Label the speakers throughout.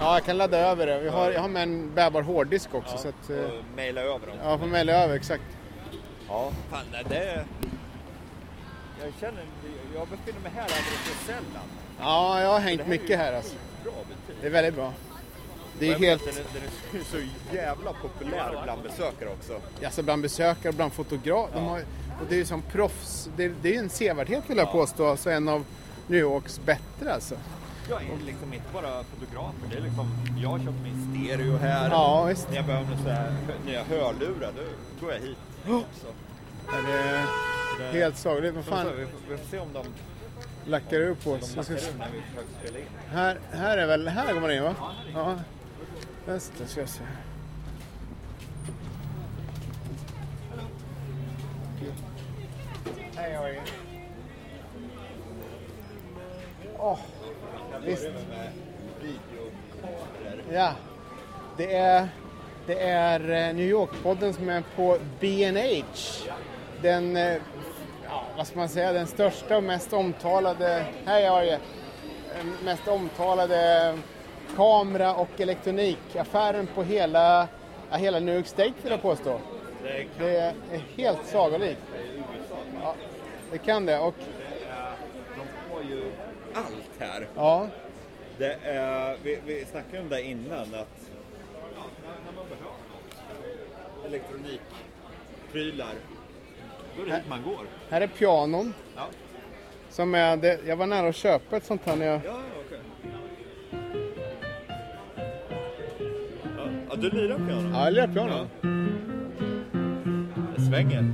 Speaker 1: Ja, jag kan ladda över det. Jag har, jag har med en bärbar hårddisk också. Så att, eh,
Speaker 2: Och mejla över dem.
Speaker 1: ja, får mejla över, exakt.
Speaker 2: Ja. Fan, det- det... Jag känner... Jag befinner mig här alldeles för sällan.
Speaker 1: Ja, jag har
Speaker 2: Det
Speaker 1: hängt
Speaker 2: här är ju
Speaker 1: mycket här alltså.
Speaker 2: Bra butik.
Speaker 1: Det är väldigt bra. Det är
Speaker 2: Jag vet,
Speaker 1: helt,
Speaker 2: Den är, den är så jävla populär bland besökare också.
Speaker 1: alltså bland besökare och bland fotografer. De har, och det är ju som proffs, det, är- det är ju en sevärdhet vill jag påstå. Alltså en av New Yorks bättre alltså.
Speaker 2: Jag är liksom inte bara fotograf. Det är liksom, jag har köpt min stereo här.
Speaker 1: Ja, visst.
Speaker 2: När jag behöver så här, nya hörlurar, då går jag hit. Så,
Speaker 1: Det är
Speaker 2: det-
Speaker 1: helt sagligt. Vad
Speaker 2: så, så,
Speaker 1: fan
Speaker 2: vi, får, vi får se om de,
Speaker 1: lackar du på
Speaker 2: de
Speaker 1: oss? Jag
Speaker 2: lackar
Speaker 1: ska-
Speaker 2: ur när vi försöker spela in.
Speaker 1: Här, här är väl, här går man in va? Ja. Just det, ska jag se. Hej, how are you? Åh, visst. Ja, det är, det är eh, New York-podden som är på B&H. Den, eh, ja, vad ska man säga, den största och mest omtalade, hej Arje, Eh, mest omtalade kamera och elektronikaffären på hela, ja, hela New York State vill jag påstå.
Speaker 2: Det
Speaker 1: Det är helt sagolikt. Ja, det kan det och
Speaker 2: De har ju allt här.
Speaker 1: ja,
Speaker 2: Det är, vi, vi snackade om det innan att elektronikprylar, då är det hit man går.
Speaker 1: här är pianon.
Speaker 2: Ja,
Speaker 1: Som är det, jag var nära att köpa ett sånt här när jag...
Speaker 2: ja okej. Ja, ja, du lirar piano?
Speaker 1: Ja, jag lirar piano.
Speaker 2: Det svänger.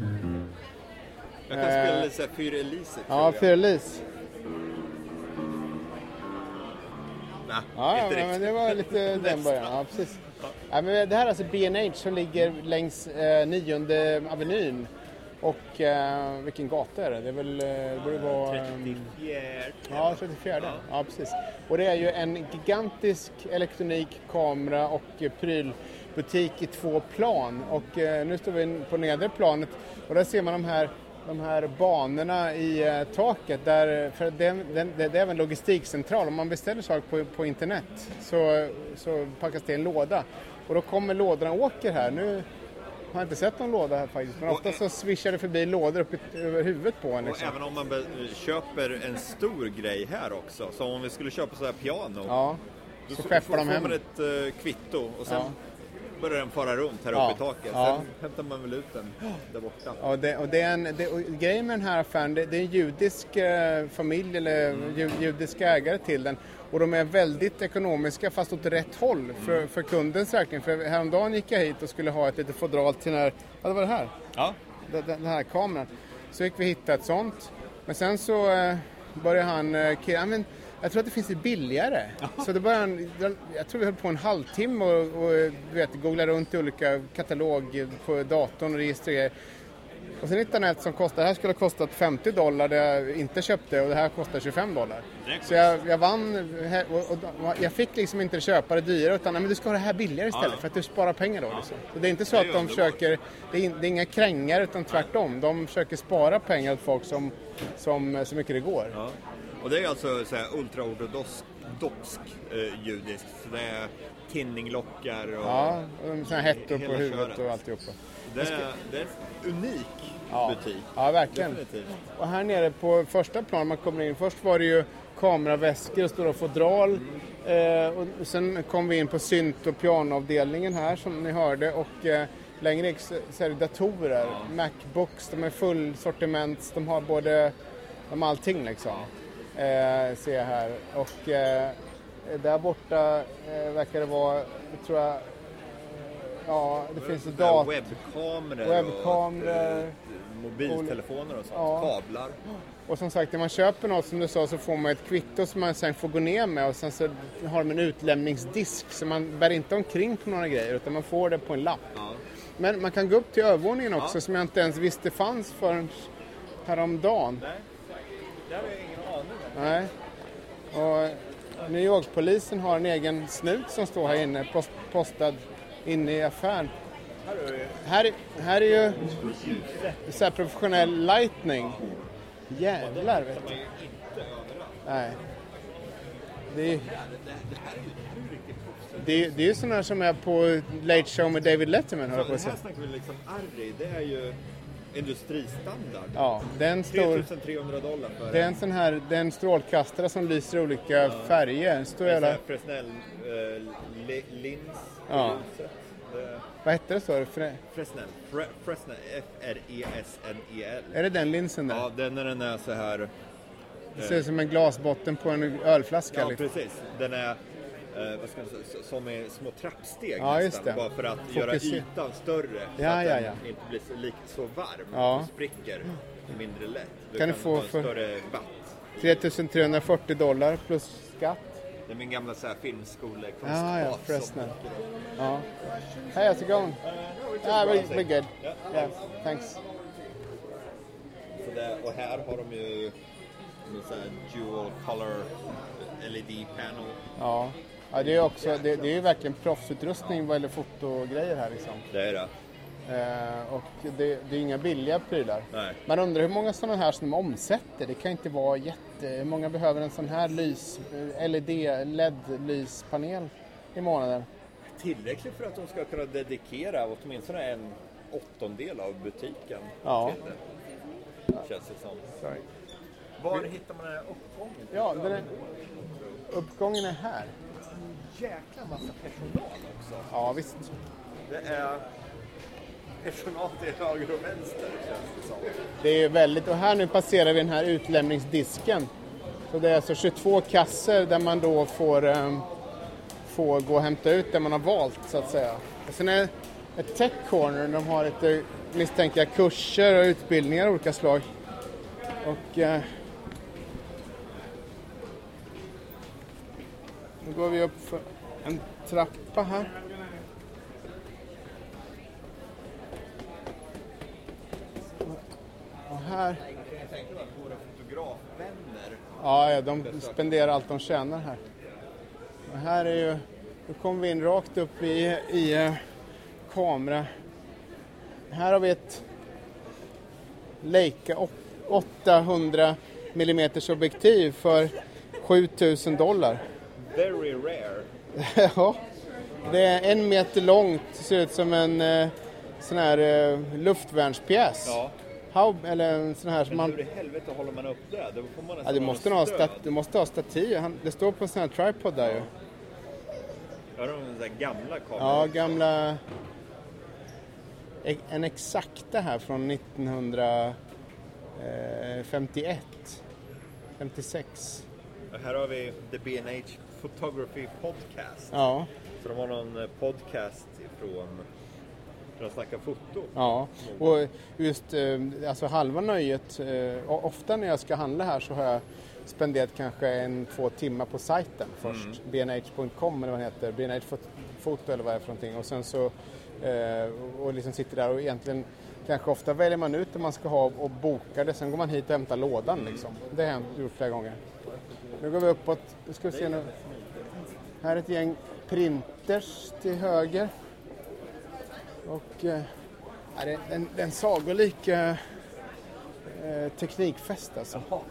Speaker 2: Jag kan
Speaker 1: Eh.
Speaker 2: spela lite såhär Fyr Elise.
Speaker 1: Ja,
Speaker 2: tror jag.
Speaker 1: Fyrelis.
Speaker 2: Nej,
Speaker 1: Ja, ja
Speaker 2: inte
Speaker 1: men, men
Speaker 2: riktigt.
Speaker 1: det var lite den början. Ja, precis. Ja, men det här är alltså B&H som ligger längs eh, 9 avenyn. Och eh, vilken gata är det? Det är väl, eh, det borde vara... ehm,
Speaker 2: 34.
Speaker 1: Ja, 34. Ja. ja, precis. Och det är ju en gigantisk elektronik, kamera och eh, prylbutik i två plan. Och eh, nu står vi in- på nedre planet och där ser man de här, de här banorna i eh, taket. Där, eh, för det, det, det, det är även logistikcentral. Om man beställer saker på, på internet så, så packas det i en låda. Och då kommer lådorna och åker här. Nu har jag inte sett någon låda här faktiskt. Men
Speaker 2: Och
Speaker 1: ofta
Speaker 2: ä-
Speaker 1: så swishar det förbi lådor upp i, över huvudet på en.
Speaker 2: Och
Speaker 1: Liksom.
Speaker 2: även om man be- köper en stor grej här också, som om vi skulle köpa så här piano.
Speaker 1: Ja,
Speaker 2: Då
Speaker 1: så
Speaker 2: f-
Speaker 1: skeppar
Speaker 2: får
Speaker 1: de hem.
Speaker 2: man ett eh, kvitto och sen
Speaker 1: Ja.
Speaker 2: börjar den fara runt här
Speaker 1: Ja.
Speaker 2: uppe i taket. Sen
Speaker 1: Ja.
Speaker 2: hämtar man väl ut den där borta.
Speaker 1: Ja, det, och det är en, det, och grejen med den här affären, det, det är en judisk eh, familj eller ju, judisk ägare till den. Och de är väldigt ekonomiska fast åt rätt håll för, för kundens räkning. För häromdagen gick jag hit och skulle ha ett litet fodral till den här, ja det var det här,
Speaker 2: Ja.
Speaker 1: den, den den här kameran. Så gick vi hitta ett sånt. Men sen så eh, började han, eh, killen, "Ja, men jag tror att det finns det billigare. Så då började han, jag tror vi höll på en halvtimme och, och eh, du vet, googlade runt i olika katalog på datorn och registrerade. Och sen hittade jag ett som kostade, det här skulle ha kostat 50 dollar det jag inte köpte och det här kostar 25 dollar. Så jag, jag vann, eh, och, och, och jag fick liksom inte köpa det dyrare utan "Nej, men du ska ha det här billigare istället
Speaker 2: ja.
Speaker 1: för att du sparar pengar då. Liksom. Så det är inte så
Speaker 2: Det är
Speaker 1: att
Speaker 2: ju
Speaker 1: de
Speaker 2: underbart.
Speaker 1: försöker, det är, in, det är inga krängar utan tvärtom. De försöker spara pengar åt folk som, som, så mycket det går.
Speaker 2: Ja. Och det är alltså så här ultraortodox doxk, eh, judiskt. Så det är tinninglockar och...
Speaker 1: Ja, och de- såna här hettor på
Speaker 2: Hela
Speaker 1: huvudet
Speaker 2: köret.
Speaker 1: och alltihopa.
Speaker 2: Det, är, det är en unik
Speaker 1: Ja.
Speaker 2: butik.
Speaker 1: Ja, verkligen.
Speaker 2: Definitivt.
Speaker 1: Och här nere på första plan man kommer in, först var det ju kameraväskor och stora fodral. Eh, och sen kom vi in på synt och pianoavdelningen här som ni hörde och eh, längre gick så så är det datorer, Macbooks, de är full sortiment, de har både, de har allting liksom. Eh, ser jag här. Och eh, där borta eh, verkar det vara, tror jag, eh, ja det finns
Speaker 2: Så där
Speaker 1: dator.
Speaker 2: Webbkameror,
Speaker 1: Webbkameror.
Speaker 2: och eh, mobiltelefoner och sånt.
Speaker 1: Ja.
Speaker 2: Kablar.
Speaker 1: Och som sagt, när man köper något som du sa så får man ett kvitto som man sen får gå ner med och sen så har de en utlämningsdisk så man bär inte omkring på några grejer utan man får det på en lapp.
Speaker 2: Ja.
Speaker 1: Men man kan gå upp till övervåningen också som jag inte ens visste fanns förrän häromdagen.
Speaker 2: Nej, det har jag ingen aning om.
Speaker 1: Nej. Och New York-polisen har en egen snut som står här inne, post, postad inne i affären. Här, här är ju så här professionell lightning. Jävlar vet du. Nej. Det är, det, är- det är ju sådana som är på Late Show med David Letterman höll jag på
Speaker 2: Den
Speaker 1: att säga.
Speaker 2: här snackar vi liksom Arri, det är ju industristandard.
Speaker 1: Ja, det är en stor...
Speaker 2: 3300 dollar för
Speaker 1: Det är en sån här, det är en strålkastare som lyser i olika färger. En Stor
Speaker 2: en sån
Speaker 1: jävla,
Speaker 2: här Fresnel-lins
Speaker 1: Ja.
Speaker 2: på ljuset. eh, Det-
Speaker 1: vad hette det sa du? Fre-
Speaker 2: Fresnel, Fre- Fresnel, E F-R-E-S-N-E-L.
Speaker 1: Är det den linsen där?
Speaker 2: Ja, den när den är så här.
Speaker 1: Det ser ut som en glasbotten på en ölflaska.
Speaker 2: Ja,
Speaker 1: liksom.
Speaker 2: precis. Den är eh, vad ska man säga, s- som är små trappsteg
Speaker 1: Ja, just
Speaker 2: nästan.
Speaker 1: det.
Speaker 2: Bara för att
Speaker 1: Fokuser-
Speaker 2: göra ytan större. så
Speaker 1: Ja,
Speaker 2: att
Speaker 1: ja,
Speaker 2: den
Speaker 1: ja.
Speaker 2: inte blir så, likt så varm.
Speaker 1: Ja.
Speaker 2: Och spricker mindre lätt. Du
Speaker 1: Kan du få
Speaker 2: ha en
Speaker 1: för-
Speaker 2: större watt.
Speaker 1: 3340 dollar plus skatt.
Speaker 2: Det är min gamla så här, filmskolekonst.
Speaker 1: Ja, ja,
Speaker 2: som-
Speaker 1: Fresnel. Ja. Hey, how's it going? Ah, we're, we're good. Yeah, thanks.
Speaker 2: Så det, och här har de ju en så här dual color LED panel.
Speaker 1: Ja. Ja, det är ju också, det, det är ju verkligen proffsutrustning vad gäller fotogrejer här liksom.
Speaker 2: Det är det.
Speaker 1: Eh, och det, det är inga billiga prylar.
Speaker 2: Nej.
Speaker 1: Man undrar hur många sådana här som de omsätter. Det kan inte vara jätte... Hur många behöver en sån här lys, eh, LED, LED-lyspanel i månaden?
Speaker 2: Tillräckligt för att de ska kunna dedikera åtminstone en åttondel av butiken
Speaker 1: Ja.
Speaker 2: till det. Känns det som.
Speaker 1: Sorry.
Speaker 2: Var hittar man den här uppgången?
Speaker 1: Ja, den är, uppgången är här.
Speaker 2: Jäkla massa personal också.
Speaker 1: Ja, visst.
Speaker 2: Det är personal till höger och vänster känns det som.
Speaker 1: Det är väldigt... Och här nu passerar vi den här utlämningsdisken. Så det är alltså 22 kasser där man då får, ehm, får gå och hämta ut det man har valt, så att säga. Och sen är det ett tech corner. De har lite misstänker jag, kurser och utbildningar av olika slag. Och... Eh, nu går vi upp för en trappa här. Och här...
Speaker 2: Jag tänker på våra fotografvänner.
Speaker 1: Ja, ja, de spenderar allt de tjänar här. Och här är ju... Nu kommer vi in rakt upp i, i eh, kamera. Här har vi ett Leica åt- 800 mm objektiv för 7000 dollar.
Speaker 2: Very rare.
Speaker 1: ja, det är en meter långt, ser ut som en eh, sån här eh, luftvärnspjäs.
Speaker 2: Ja.
Speaker 1: Haub, eller en sån här som man...
Speaker 2: Men hur i helvete håller man upp det? Då får
Speaker 1: Ja,
Speaker 2: man nästan
Speaker 1: du,
Speaker 2: ha
Speaker 1: måste
Speaker 2: någon
Speaker 1: ha
Speaker 2: stöd.
Speaker 1: stat, du måste ha stativ. Han, det står på en sån här tripod där ju.
Speaker 2: Ja, de där gamla kamerorna.
Speaker 1: Ja, gamla... e- En exakta här från 1951. 56.
Speaker 2: Och Här har vi The B&H Photography Podcast.
Speaker 1: Ja,
Speaker 2: Så de har någon eh, podcast från där de snackar foto.
Speaker 1: ja. Och just eh, alltså halva nöjet. eh, o- Ofta när jag ska handla här så har jag spenderat kanske en, två timmar på sajten först. bnh.com eller vad den heter. BNH fot- foto eller vad det är för någonting. Och sen så eh, och liksom sitter där och egentligen Kanske ofta väljer man ut det man ska ha och bokar det. Sen går man hit och hämtar lådan. Liksom. Det har jag gjort flera gånger. Nu går vi uppåt. Nu ska vi se nu. Här är ett gäng printers till höger. Och eh, ja, det är en, det är en sagolik eh, eh, teknikfest alltså.
Speaker 2: Ja,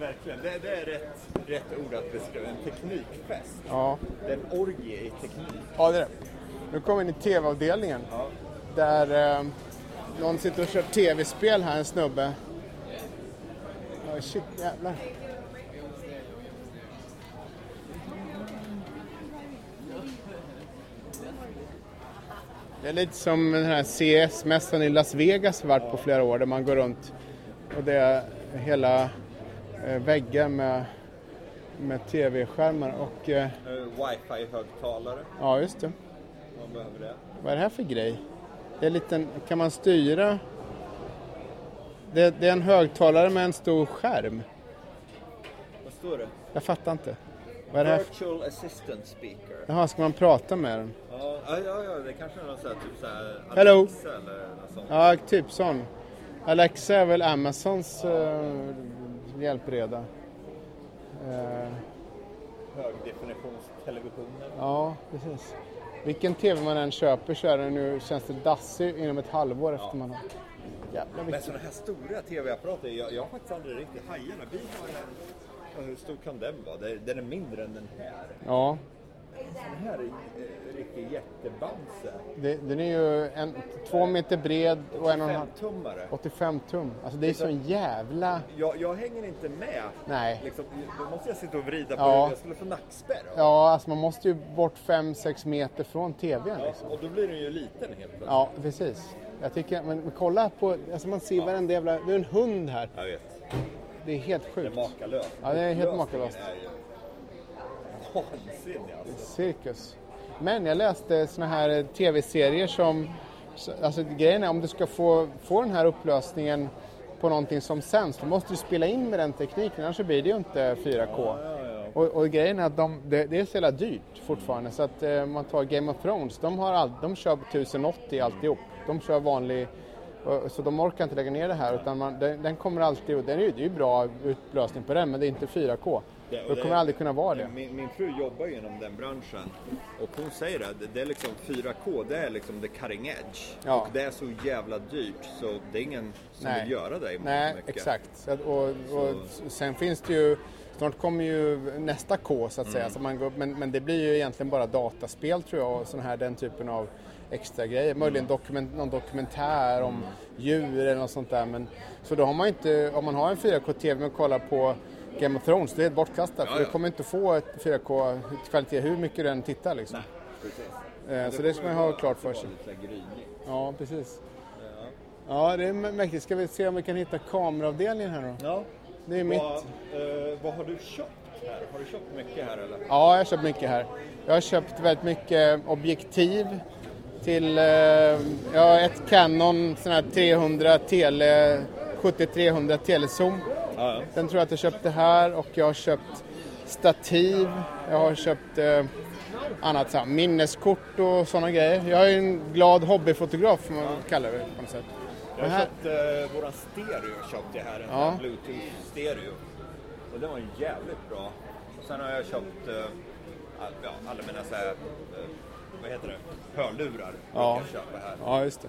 Speaker 2: verkligen. Det, det är rätt, rätt ord att beskriva. En teknikfest.
Speaker 1: Ja,
Speaker 2: Det är en orgie i teknik.
Speaker 1: ja det är det. Nu kommer vi in i tv-avdelningen.
Speaker 2: Ja.
Speaker 1: Där eh, någon sitter och kör tv-spel här, en snubbe. Oh, shit, jävlar. Det är lite som den här CES-mässan i Las Vegas har varit på flera år där man går runt och det är hela eh, väggar med, med tv-skärmar och eh,
Speaker 2: Eh, Wifi-högtalare,
Speaker 1: ja just det.
Speaker 2: om man behöver det.
Speaker 1: Vad är det här för grej? Det är en liten, kan man styra? Det, det är en högtalare med en stor skärm.
Speaker 2: Vad står det?
Speaker 1: Jag fattar inte. Vad är det här för...
Speaker 2: Virtual Assistant Speaker.
Speaker 1: Jaha, ska man prata med den?
Speaker 2: Ja, ja, ja, ja det kanske är någon sån här typ så här
Speaker 1: Hello.
Speaker 2: Alexa eller något sånt.
Speaker 1: Ja, typ sån. Alexa är väl Amazons eh, hjälpreda. Eh,
Speaker 2: Högdefinitionstelevisioner.
Speaker 1: ja, precis. Vilken TV man än köper så är den nu, känns det dassig inom ett halvår efter man har... Jävla
Speaker 2: Men
Speaker 1: mycket.
Speaker 2: sådana här stora TV-apparater, jag, jag har faktiskt aldrig riktigt hajat när vi har en. Ja, Hur stor kan den vara? Den den är mindre än den här.
Speaker 1: Ja,
Speaker 2: Den här är eh, riktig jättebamse.
Speaker 1: det, den är ju en, två meter bred och en och en halv...
Speaker 2: Femtummare.
Speaker 1: 85 tum. Alltså det är så en jävla...
Speaker 2: Jag, jag hänger inte med.
Speaker 1: Nej.
Speaker 2: Liksom, då måste jag sitta och vrida på
Speaker 1: Ja.
Speaker 2: den. Jag skulle få nackspärr. av den.
Speaker 1: Ja, alltså man måste ju bort 5-6 meter från TVn
Speaker 2: Ja,
Speaker 1: liksom.
Speaker 2: och då blir den ju liten helt plötsligt.
Speaker 1: Ja, precis. Jag tycker, men, men kolla på, alltså man ser varenda jävla, det är en hund här.
Speaker 2: Jag vet.
Speaker 1: Det är helt
Speaker 2: Det
Speaker 1: sjukt.
Speaker 2: är makalöst.
Speaker 1: Ja, det är helt
Speaker 2: Upplösningen
Speaker 1: makalöst.
Speaker 2: är ju Vansinnig alltså.
Speaker 1: Cirkus. Men jag läste såna här eh, tv-serier som... så- Alltså grejen är om du ska få, få den här upplösningen på någonting som sänds, då måste du spela in med den tekniken, annars så blir det ju inte 4K. Och, och grejen är att de, det, det är så jävla dyrt fortfarande, så att eh, man tar Game of Thrones, de, har all, de kör 1080 alltihop. De kör vanlig... och- Så de orkar inte lägga ner det här utan man, den, den kommer alltid, och den är ju, det är ju bra upplösning på den men det är inte 4K.
Speaker 2: Det- och
Speaker 1: Det,
Speaker 2: det-
Speaker 1: kommer aldrig kunna vara det.
Speaker 2: Min, min fru jobbar ju inom den branschen och hon säger att det, det är liksom 4K, det är liksom the cutting edge.
Speaker 1: Ja.
Speaker 2: Och det är så jävla dyrt så det är ingen som vill göra det i mångt och
Speaker 1: Nej,
Speaker 2: mycket.
Speaker 1: exakt. Så att, och, och sen finns det ju, snart kommer ju nästa K så att
Speaker 2: Mm.
Speaker 1: säga. Så man går, men, men det blir ju egentligen bara dataspel tror jag och sån här, den typen av extra grejer.
Speaker 2: Mm.
Speaker 1: Möjligen dokument, någon dokumentär om djur eller något sånt där. Men, så då har man ju inte, om man har en 4K-TV och kollar på Game of Thrones, det är helt bortkastat.
Speaker 2: Ja,
Speaker 1: För du
Speaker 2: ja.
Speaker 1: kommer inte få ett 4K-kvalitet hur mycket du än tittar liksom.
Speaker 2: Nej, precis.
Speaker 1: Eh, så det ska man ju ha klart för sig.
Speaker 2: Lite så här grynigt.
Speaker 1: Ja, precis. Ja, det är mäktigt. Ska vi se om vi kan hitta kameraavdelningen här då?
Speaker 2: Ja.
Speaker 1: Det är
Speaker 2: Vad,
Speaker 1: mitt.
Speaker 2: eh, vad har du köpt här? Har du köpt mycket här eller?
Speaker 1: Ja, jag har köpt mycket här. Jag har köpt väldigt mycket objektiv till... Eh, jag har ett Canon sån här 300 tele... 70-300 telezoom.
Speaker 2: Ja,
Speaker 1: Den tror jag att jag köpte här och jag har köpt stativ. Jag har köpt eh, annat så här, minneskort och sådana grejer. Jag är ju en glad hobbyfotograf, får man kallar det på något sätt.
Speaker 2: Jag
Speaker 1: Men
Speaker 2: har
Speaker 1: här-
Speaker 2: köpt eh, våran stereo köpte jag här, en
Speaker 1: Ja.
Speaker 2: ja. bluetooth-stereo. Och den var jävligt bra. Och sen har jag köpt eh, all- ja, alla mina så här, eh, vad heter det, hörlurar.
Speaker 1: Ja.
Speaker 2: Ja. Jag köpa här.
Speaker 1: Ja, just det.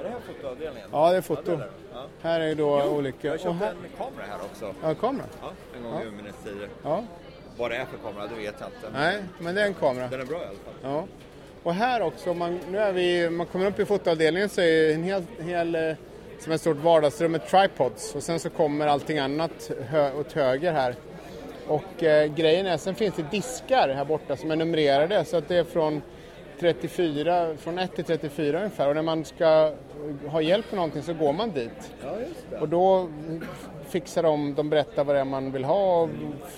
Speaker 2: Är det här fotoavdelningen?
Speaker 1: Ja, det är foto.
Speaker 2: där. Ja.
Speaker 1: Här är ju då olika...
Speaker 2: Jag
Speaker 1: och
Speaker 2: köpte
Speaker 1: här...
Speaker 2: en kamera här också.
Speaker 1: Ja, kamera.
Speaker 2: Ja, en gång i urminnes tider.
Speaker 1: Ja.
Speaker 2: Vad det är för kamera, det vet jag inte. men
Speaker 1: Nej, men det är en kamera.
Speaker 2: Den är bra i alla fall.
Speaker 1: Ja. Och här också, om man, nu är vi, man kommer upp i fotoavdelningen så är ju en hel, hel eh, som ett stort vardagsrum med tripods och sen så kommer allting annat hö, åt höger här. Och eh, grejen är, sen finns det diskar här borta som är numrerade så att det är från 34, från 1 till 34 ungefär och när man ska ha hjälp med någonting så går man dit.
Speaker 2: Ja, just det.
Speaker 1: Och då fixar de, de berättar vad det är man vill ha och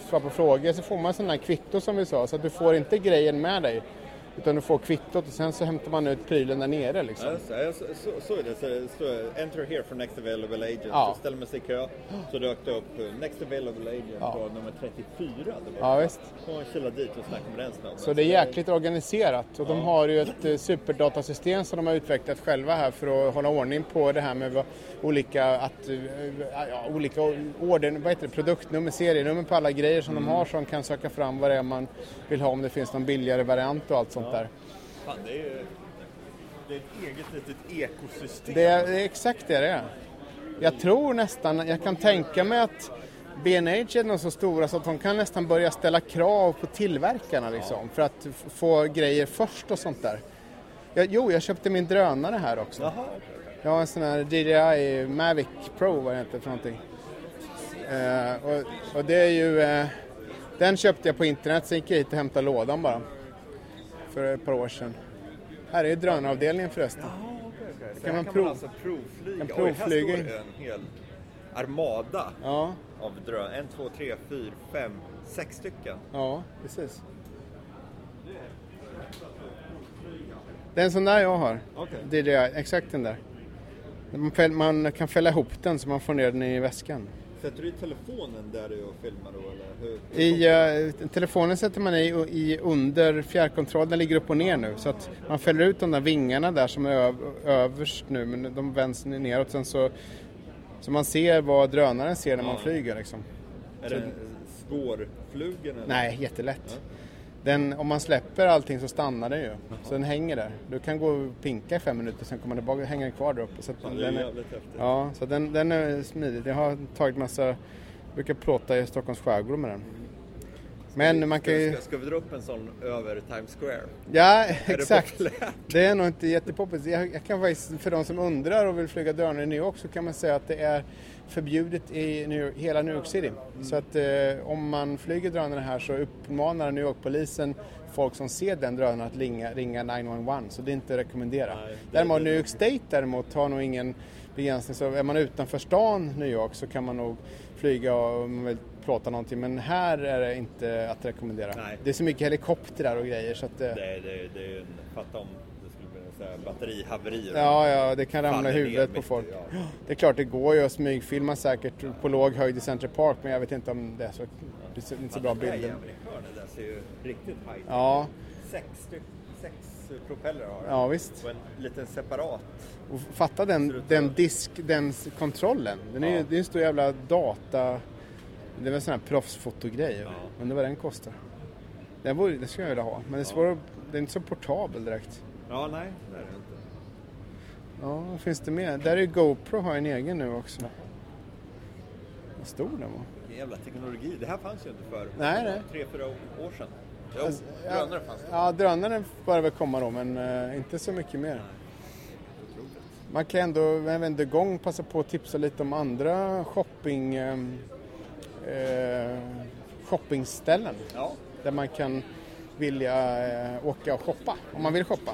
Speaker 1: svarar på frågor. Så får man sådana här kvitto som vi sa, så att du får inte grejen med dig. Utan du får kvittot och sen så hämtar man ut prylen där nere liksom.
Speaker 2: Ja, just det. Ja, så, så, så är det. Så, det står enter here for next available agent.
Speaker 1: Ja.
Speaker 2: Så ställer man sig i kö. Så dök det upp eh, next available agent på nummer 34. Det var
Speaker 1: Ja, visst.
Speaker 2: Så man kila dit och snacka med den snubben.
Speaker 1: Så det är jäkligt organiserat och de har ju ett eh, superdatasystem som de har utvecklat själva här för att hålla ordning på det här med vad, olika, att, eh, ja, olika order, vad heter det, produktnummer, serienummer på alla grejer som de har som kan söka fram vad det är man vill ha om det finns någon billigare variant och allt sånt där.
Speaker 2: Fan, det är ju... Det är ett eget litet ekosystem.
Speaker 1: Det är, det är exakt det det är. Jag tror nästan, jag kan tänka mig att B&H är nog så stora så att de kan nästan börja ställa krav på tillverkarna liksom, för att f- få grejer först och sånt där. Jag, jo, jag köpte min drönare här också.
Speaker 2: Jaha, okej, okej.
Speaker 1: Jag har en sån här DJI Mavic Pro, vad det heter för någonting. Eh, och, och det är ju... Eh, den köpte jag på internet, sen gick jag hit och hämtade lådan bara. För ett par år sedan. Här är ju drönaravdelningen förresten.
Speaker 2: Jaha, Ah, okej, okej. Så
Speaker 1: kan
Speaker 2: här
Speaker 1: man
Speaker 2: kan
Speaker 1: prov-
Speaker 2: man alltså provflyga.
Speaker 1: kan
Speaker 2: Oj, här
Speaker 1: provflyga.
Speaker 2: står det en hel armada
Speaker 1: Ja,
Speaker 2: av drönare. En, två, tre, fyra, fem, sex stycken.
Speaker 1: ja precis. Det är en sån där jag har.
Speaker 2: Okej.
Speaker 1: Det är det, jag- exakt den där. Man, fäll, man kan fälla ihop den så man får ner den i väskan.
Speaker 2: Sätter du i telefonen där du filmar då eller? Hur, hur
Speaker 1: I, eh, telefonen sätter man i, och i under fjärrkontrollen, den ligger upp och ner nu. Så att man fäller ut de där vingarna där som är öv, överst nu, men de vänds neråt. Sen så, så man ser vad drönaren ser när man
Speaker 2: Ja.
Speaker 1: flyger liksom.
Speaker 2: Är det svårflugen? eller?
Speaker 1: Nej, jättelätt. den, om man släpper allting så stannar den ju. Så den hänger där. Du kan gå och pinka i fem minuter, sen kommer den tillbaka och hänger den kvar där uppe. Så att
Speaker 2: Ja, det är
Speaker 1: den, är,
Speaker 2: jävligt häftigt.
Speaker 1: ja, så den, den är smidig. Jag har tagit massa, brukar plåta i Stockholms skärgård med den. Men man kan
Speaker 2: Mm. Ska,
Speaker 1: ju...
Speaker 2: ska, ska vi dra upp en sån över Times Square?
Speaker 1: Ja,
Speaker 2: det
Speaker 1: exakt.
Speaker 2: populärt?
Speaker 1: Det är nog inte jättepoppis. Jag, jag kan faktiskt, för de som undrar och vill flyga drönare i New York så kan man säga att det är förbjudet i New York, hela New York City.
Speaker 2: Mm.
Speaker 1: Så att eh, om man flyger drönare här så uppmanar New York-polisen folk som ser den drönaren att ringa, ringa 911. Så det är inte att rekommendera.
Speaker 2: Nej, det-
Speaker 1: däremot
Speaker 2: det-
Speaker 1: New York State däremot har nog ingen begränsning. Så är man utanför stan New York så kan man nog flyga och om man vill plåta någonting. Men här är det inte att rekommendera.
Speaker 2: Nej.
Speaker 1: Det är så mycket helikoptrar och grejer så att... eh,
Speaker 2: Det, är- det, är- det är ju en, fatta om det skulle bli en sån här batterihaveri.
Speaker 1: Ja, ja, det kan ramla
Speaker 2: Faller
Speaker 1: i
Speaker 2: ner
Speaker 1: huvudet på
Speaker 2: mitt i,
Speaker 1: folk.
Speaker 2: ja.
Speaker 1: Det är klart, det går ju att smygfilma säkert på låg höjd i Central Park, men jag vet inte om det är så, det är inte så bra
Speaker 2: Den där
Speaker 1: bilder.
Speaker 2: jävla hörnet där ser ju riktigt high tech
Speaker 1: Ja,
Speaker 2: Sex, styck, sex propeller har den.
Speaker 1: ja visst.
Speaker 2: Och en liten separat.
Speaker 1: Och fatta den, den disk, den s- kontrollen. Den är ju,
Speaker 2: Ja.
Speaker 1: det är en stor jävla data... Det är väl sån här proffsfotogrej. Undrar vad den kostar. Den, vore, den skulle jag vilja ha, men det är, svårare, att- den är inte så portabel direkt.
Speaker 2: Ja, nej, det är det inte.
Speaker 1: Ja, vad finns det mer? Där är ju GoPro har en egen nu också. Vad stor den var.
Speaker 2: Vilken jävla teknologi. Det här fanns ju inte för
Speaker 1: Nej, nej.
Speaker 2: tre, fyra år sedan. Jo,
Speaker 1: Alltså, ja.
Speaker 2: drönare fanns det.
Speaker 1: Ja, drönaren börjar väl komma då, men eh, inte så mycket mer. Man kan ändå, även under gång, passa på att tipsa lite om andra shopping, eh, eh, shoppingställen.
Speaker 2: Ja,
Speaker 1: Där man kan vilja eh, åka och shoppa, om man vill shoppa.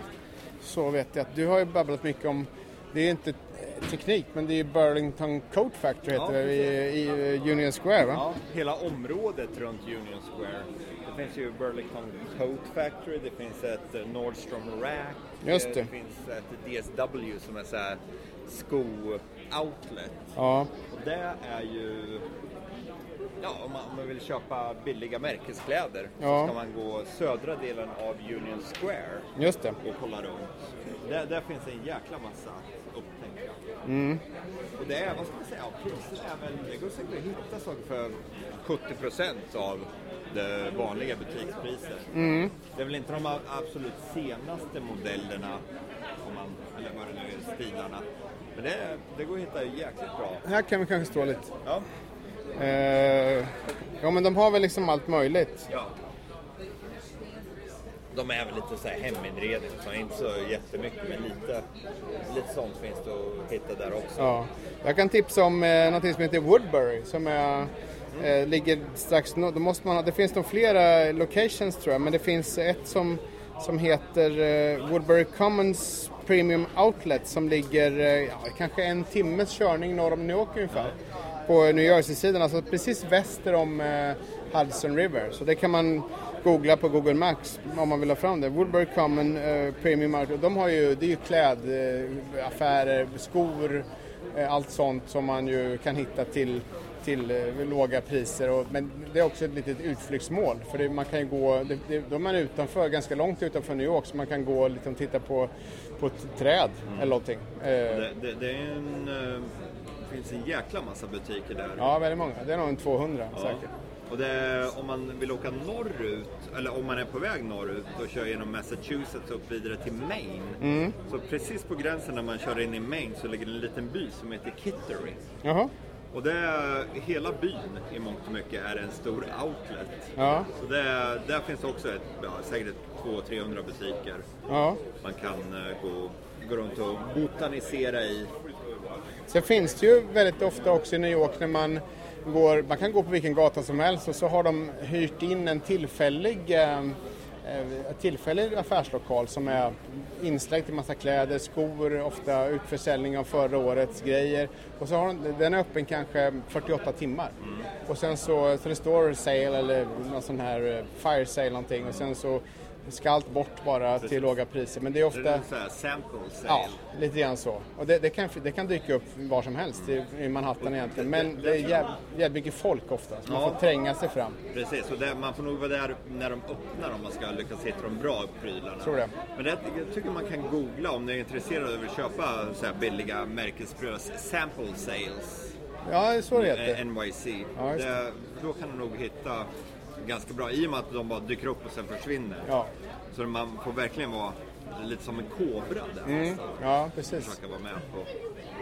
Speaker 1: Så vet jag att du har ju babblat mycket om, det är ju inte eh, teknik, men det är ju Burlington Coat Factory
Speaker 2: Ja,
Speaker 1: heter det, i, i eh, Union Square va?
Speaker 2: ja, hela området runt Union Square. Det finns ju Burlington Coat Factory, det finns ett eh, Nordstrom Rack.
Speaker 1: Just
Speaker 2: eh,
Speaker 1: det.
Speaker 2: Det finns ett DSW som är så här sko-outlet.
Speaker 1: Ja,
Speaker 2: Och det är ju... Ja, om man, om man vill köpa billiga märkeskläder
Speaker 1: Ja.
Speaker 2: så ska man gå södra delen av Union Square
Speaker 1: just det.
Speaker 2: och kolla runt. Där, där finns en jäkla massa att upptäcka. Mm. Och det är, vad ska man säga, ja, priserna är väl... Det går säkert att hitta saker för 70 procent av det vanliga butikspriset. Det är väl inte de a- absolut senaste modellerna, om man, eller vad det nu är, stilarna. Men det, det går att hitta jäkligt bra.
Speaker 1: Här kan vi kanske stå lite.
Speaker 2: Ja.
Speaker 1: Eh, ja men de har väl liksom allt möjligt.
Speaker 2: ja. De är väl lite så här heminredning, så inte så jättemycket, men lite, lite sånt finns det att hitta där också.
Speaker 1: Ja. Jag kan tipsa om eh, någonting som heter Woodbury som är, eh, ligger strax norr. Då måste man ha, det finns nog flera locations tror jag men det finns ett som, som heter eh, Woodbury Commons Premium Outlet som ligger eh, ja, kanske en timmes körning norr om New York ungefär. På New Jersey-sidan, alltså precis väster om eh, Hudson River. Så det kan man googla på Google Maps om man vill ha fram det. Woodbury Common eh, Premium Outlet, de har ju, det är ju klädaffärer, eh, affärer, skor, eh, allt sånt som man ju kan hitta till, till eh, låga priser. Och, men det är också ett litet utflyktsmål för det, man kan ju gå, det, det, då är man utanför, ganska långt utanför New York så man kan gå och liksom titta på, på ett träd eller någonting. Eh,
Speaker 2: Det, det, det, är en, eh, det finns en jäkla massa butiker där.
Speaker 1: ja, väldigt många. Det är nog en 200
Speaker 2: Ja.
Speaker 1: säkert.
Speaker 2: Och det, är- om man vill åka norrut, eller om man är på väg norrut och kör genom Massachusetts och upp vidare till Maine.
Speaker 1: Mm.
Speaker 2: Så precis på gränsen när man kör in i Maine så ligger det en liten by som heter Kittery.
Speaker 1: Jaha,
Speaker 2: Och det är, hela byn i mångt och mycket är en stor outlet.
Speaker 1: ja,
Speaker 2: Så det, är- där finns det också ett, ja, säkert ett 200-300 butiker
Speaker 1: ja.
Speaker 2: man kan eh, gå, gå runt och botanisera i.
Speaker 1: Sen finns det ju väldigt ofta också i New York när man går, man kan gå på vilken gata som helst och så har de hyrt in en tillfällig, eh, eh, tillfällig affärslokal som är insläckt i massa kläder, skor, ofta utförsäljning av förra årets grejer. Och så har de, den är öppen kanske 48 timmar. Och sen så, så det står sale eller någon sån här eh, fire sale någonting och sen så ska allt bort bara till låga priser. Men det är
Speaker 2: Det
Speaker 1: ofta
Speaker 2: är en sån här sample sale.
Speaker 1: Ja, lite grann så. Och det, det, kan, det kan dyka upp var som helst i, i Manhattan egentligen. Men det är jävligt, jävligt mycket folk ofta, så man
Speaker 2: Ja.
Speaker 1: får tränga sig fram.
Speaker 2: Precis, och det, man får nog vara där när de öppnar om man ska lyckas hitta de bra prylarna.
Speaker 1: Tror det.
Speaker 2: Men det, jag tycker man kan googla om ni är intresserade och vill köpa så här billiga märkesprylar. Sample sales,
Speaker 1: Ja, så det heter.
Speaker 2: eh, NYC.
Speaker 1: Ja, just
Speaker 2: det, då kan du nog hitta ganska bra i och med att de bara dyker upp och sen försvinner.
Speaker 1: Ja.
Speaker 2: Så man får verkligen vara lite som en kobra där
Speaker 1: Mm.
Speaker 2: nästan.
Speaker 1: Ja, precis.
Speaker 2: Försöka vara med på.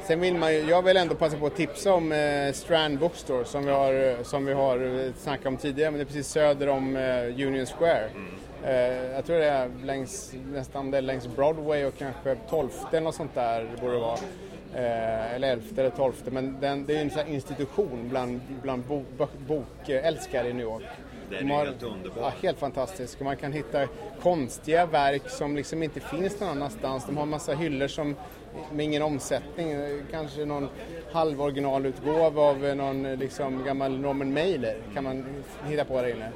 Speaker 1: Sen vill man ju, jag vill ändå passa på att tipsa om eh, Strand Bookstore som vi har, eh, som vi har eh, snackat om tidigare, men det är precis söder om eh, Union Square. Eh, jag tror det är längs, nästan det är längs Broadway och kanske 12 eller något sånt där borde det vara. Eh, eller 11 eller 12 men den, det är ju en sån här institution bland, bland bo- bö- bokälskare i New York.
Speaker 2: Det är
Speaker 1: De
Speaker 2: ju
Speaker 1: har- Ah,
Speaker 2: helt underbart.
Speaker 1: Ja, helt fantastisk. Och Man kan hitta konstiga verk som liksom inte finns någon annanstans. De har massa hyllor som med ingen omsättning. Eh, Kanske någon halvoriginalutgåva av eh, någon eh, liksom gammal Norman Mailer kan man hitta på där inne.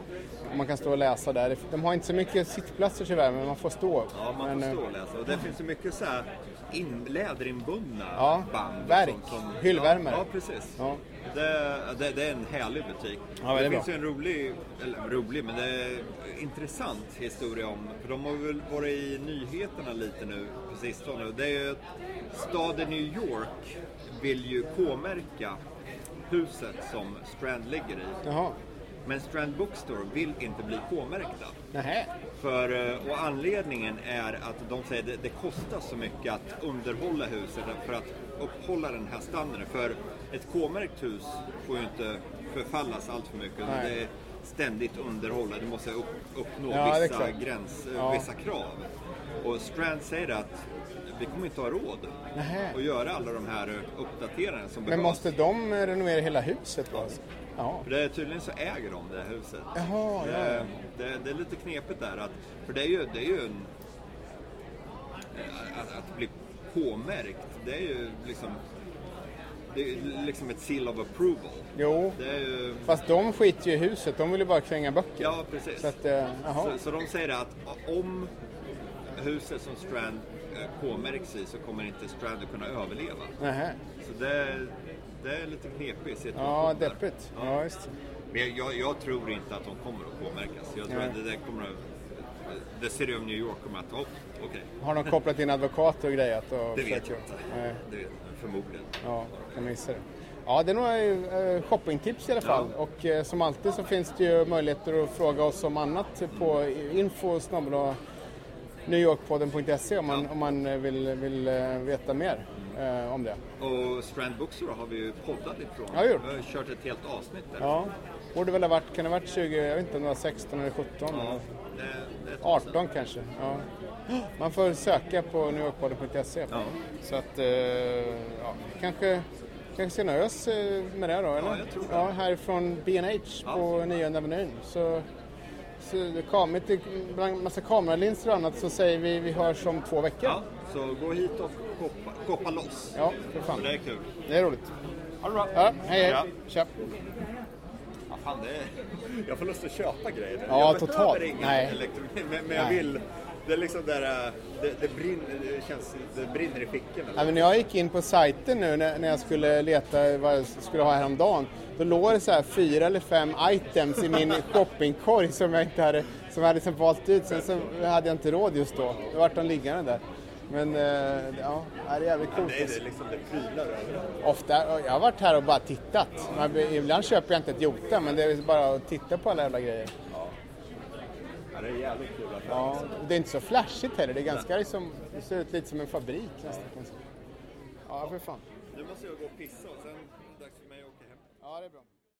Speaker 1: Och Man kan stå och läsa där. De har inte så mycket sittplatser tyvärr, men man får stå.
Speaker 2: Ja, man
Speaker 1: men,
Speaker 2: får
Speaker 1: eh,
Speaker 2: stå och läsa. Och det finns ju mycket så här in, läderinbundna
Speaker 1: Ja,
Speaker 2: band. och
Speaker 1: verk,
Speaker 2: sånt som-
Speaker 1: hyllvärmare.
Speaker 2: Ja, ja precis.
Speaker 1: Ja,
Speaker 2: Det, det, det är en härlig butik.
Speaker 1: Ja, det
Speaker 2: det
Speaker 1: är
Speaker 2: finns
Speaker 1: bra.
Speaker 2: ju en rolig, eller rolig, men det är en intressant historia om, för de har väl varit i nyheterna lite nu på sistone. Och Det är ju att staden New York vill ju K-märka huset som Strand ligger i.
Speaker 1: jaha.
Speaker 2: Men Strand Bookstore vill inte bli K-märkta.
Speaker 1: Nähä.
Speaker 2: För, eh, och anledningen är att de säger att det, det kostar så mycket att underhålla huset för att upphålla den här standarden. För ett K-märkt hus får ju inte förfallas allt för mycket. utan
Speaker 1: Nej.
Speaker 2: Det är ständigt underhålla, du måste upp, uppnå
Speaker 1: Ja, det är
Speaker 2: vissa,
Speaker 1: klart.
Speaker 2: gräns, eh,
Speaker 1: Ja.
Speaker 2: vissa krav. Och Strand säger att vi kommer inte ha råd
Speaker 1: Nähä.
Speaker 2: att göra alla de här eh, uppdateringarna som
Speaker 1: Men
Speaker 2: behövs.
Speaker 1: måste de eh, renovera hela huset då? Ja.
Speaker 2: För det är, tydligen så äger de det här huset.
Speaker 1: Jaha, ja, ja.
Speaker 2: det, det, det är lite knepigt där. Att, för det är ju, det är ju en... eh, Att, att bli påmärkt, det är ju liksom... Det är ju liksom ett seal of approval.
Speaker 1: Jo,
Speaker 2: Det är ju...
Speaker 1: fast de skiter ju i huset. De vill ju bara kränga böcker.
Speaker 2: Ja, precis.
Speaker 1: Så att, eh, jaha.
Speaker 2: Så, så de säger att om huset som Strand eh, påmärks i så kommer inte Strand att kunna överleva.
Speaker 1: Nähä.
Speaker 2: Så det, det är lite knepig situation.
Speaker 1: Ja,
Speaker 2: där.
Speaker 1: deppigt. Ja, just.
Speaker 2: Men jag, jag, jag tror inte att de kommer att påverkas. Jag tror
Speaker 1: Nej.
Speaker 2: att det där kommer att... The City of New York kommer att... Oh, okej.
Speaker 1: Har de kopplat in advokater och grejat? Och
Speaker 2: Det vet
Speaker 1: försöker-
Speaker 2: jag inte.
Speaker 1: Nej.
Speaker 2: Det vet jag, förmodligen.
Speaker 1: Ja, jag missar det. Ja, det är några eh, shoppingtips i alla fall. Och eh, som alltid så finns det ju möjligheter att fråga oss om annat på info snabel-a newyorkpodden.se om man, om man eh, vill, vill eh, veta mer eh, om det.
Speaker 2: Och Strand Bookstore har vi ju poddat ifrån.
Speaker 1: Ja, gjort.
Speaker 2: vi har ju kört ett helt avsnitt där.
Speaker 1: Ja, borde väl ha varit, kan det ha varit 20, jag vet inte om det var 16 eller 17?
Speaker 2: Ja,
Speaker 1: eller
Speaker 2: det, det är ett tag sedan.
Speaker 1: 18 kanske. Ja. Man får söka på newyorkpodden.se.
Speaker 2: Ja.
Speaker 1: Så att, eh, ja, kanske, kanske ser nös med det då, eller?
Speaker 2: jag tror det.
Speaker 1: Ja, härifrån B&H på 900 Avenyn. Så, så det kommer till, bland massa kameralinser och annat så säger vi vi hörs om två veckor.
Speaker 2: Ja, så gå hit och shoppa, shoppa loss.
Speaker 1: Ja, för
Speaker 2: Så
Speaker 1: fan.
Speaker 2: det är kul.
Speaker 1: Det är roligt.
Speaker 2: Ha det bra.
Speaker 1: Ja, hej, hej.
Speaker 2: Ja.
Speaker 1: Tja.
Speaker 2: Ja, fan, det är... Jag får lust att köpa grejer. nu.
Speaker 1: Ja,
Speaker 2: jag
Speaker 1: totalt.
Speaker 2: ingen
Speaker 1: Nej.
Speaker 2: elektronik, men, men jag
Speaker 1: Nej.
Speaker 2: vill... Det är liksom där... äh, Det, det, brinner, det, känns, det brinner i fickorna.
Speaker 1: Ja, men när jag gick in på sajten nu när, när jag skulle leta vad jag skulle ha häromdagen, då låg det så här fyra eller fem items i min shoppingkorg som jag inte hade, som jag hade liksom valt ut. Sen så hade jag inte råd just då. Då vart de liggande där. Men eh, ja, det är jävligt coolt.
Speaker 2: Nej, det är liksom det prylar överallt.
Speaker 1: Ofta, jag har varit här och bara tittat. Man, ibland köper jag inte ett jota, men det är bara att titta på alla jävla grejer.
Speaker 2: Ja, det är jävligt kul att
Speaker 1: Ja, och det är inte så flashigt heller. Det, är ganska, liksom, det ser ut lite som en fabrik nästan. Ja, för fan.
Speaker 2: Nu måste jag gå och pissa och sen är det dags för mig att åka hem.
Speaker 1: Ja, det är bra.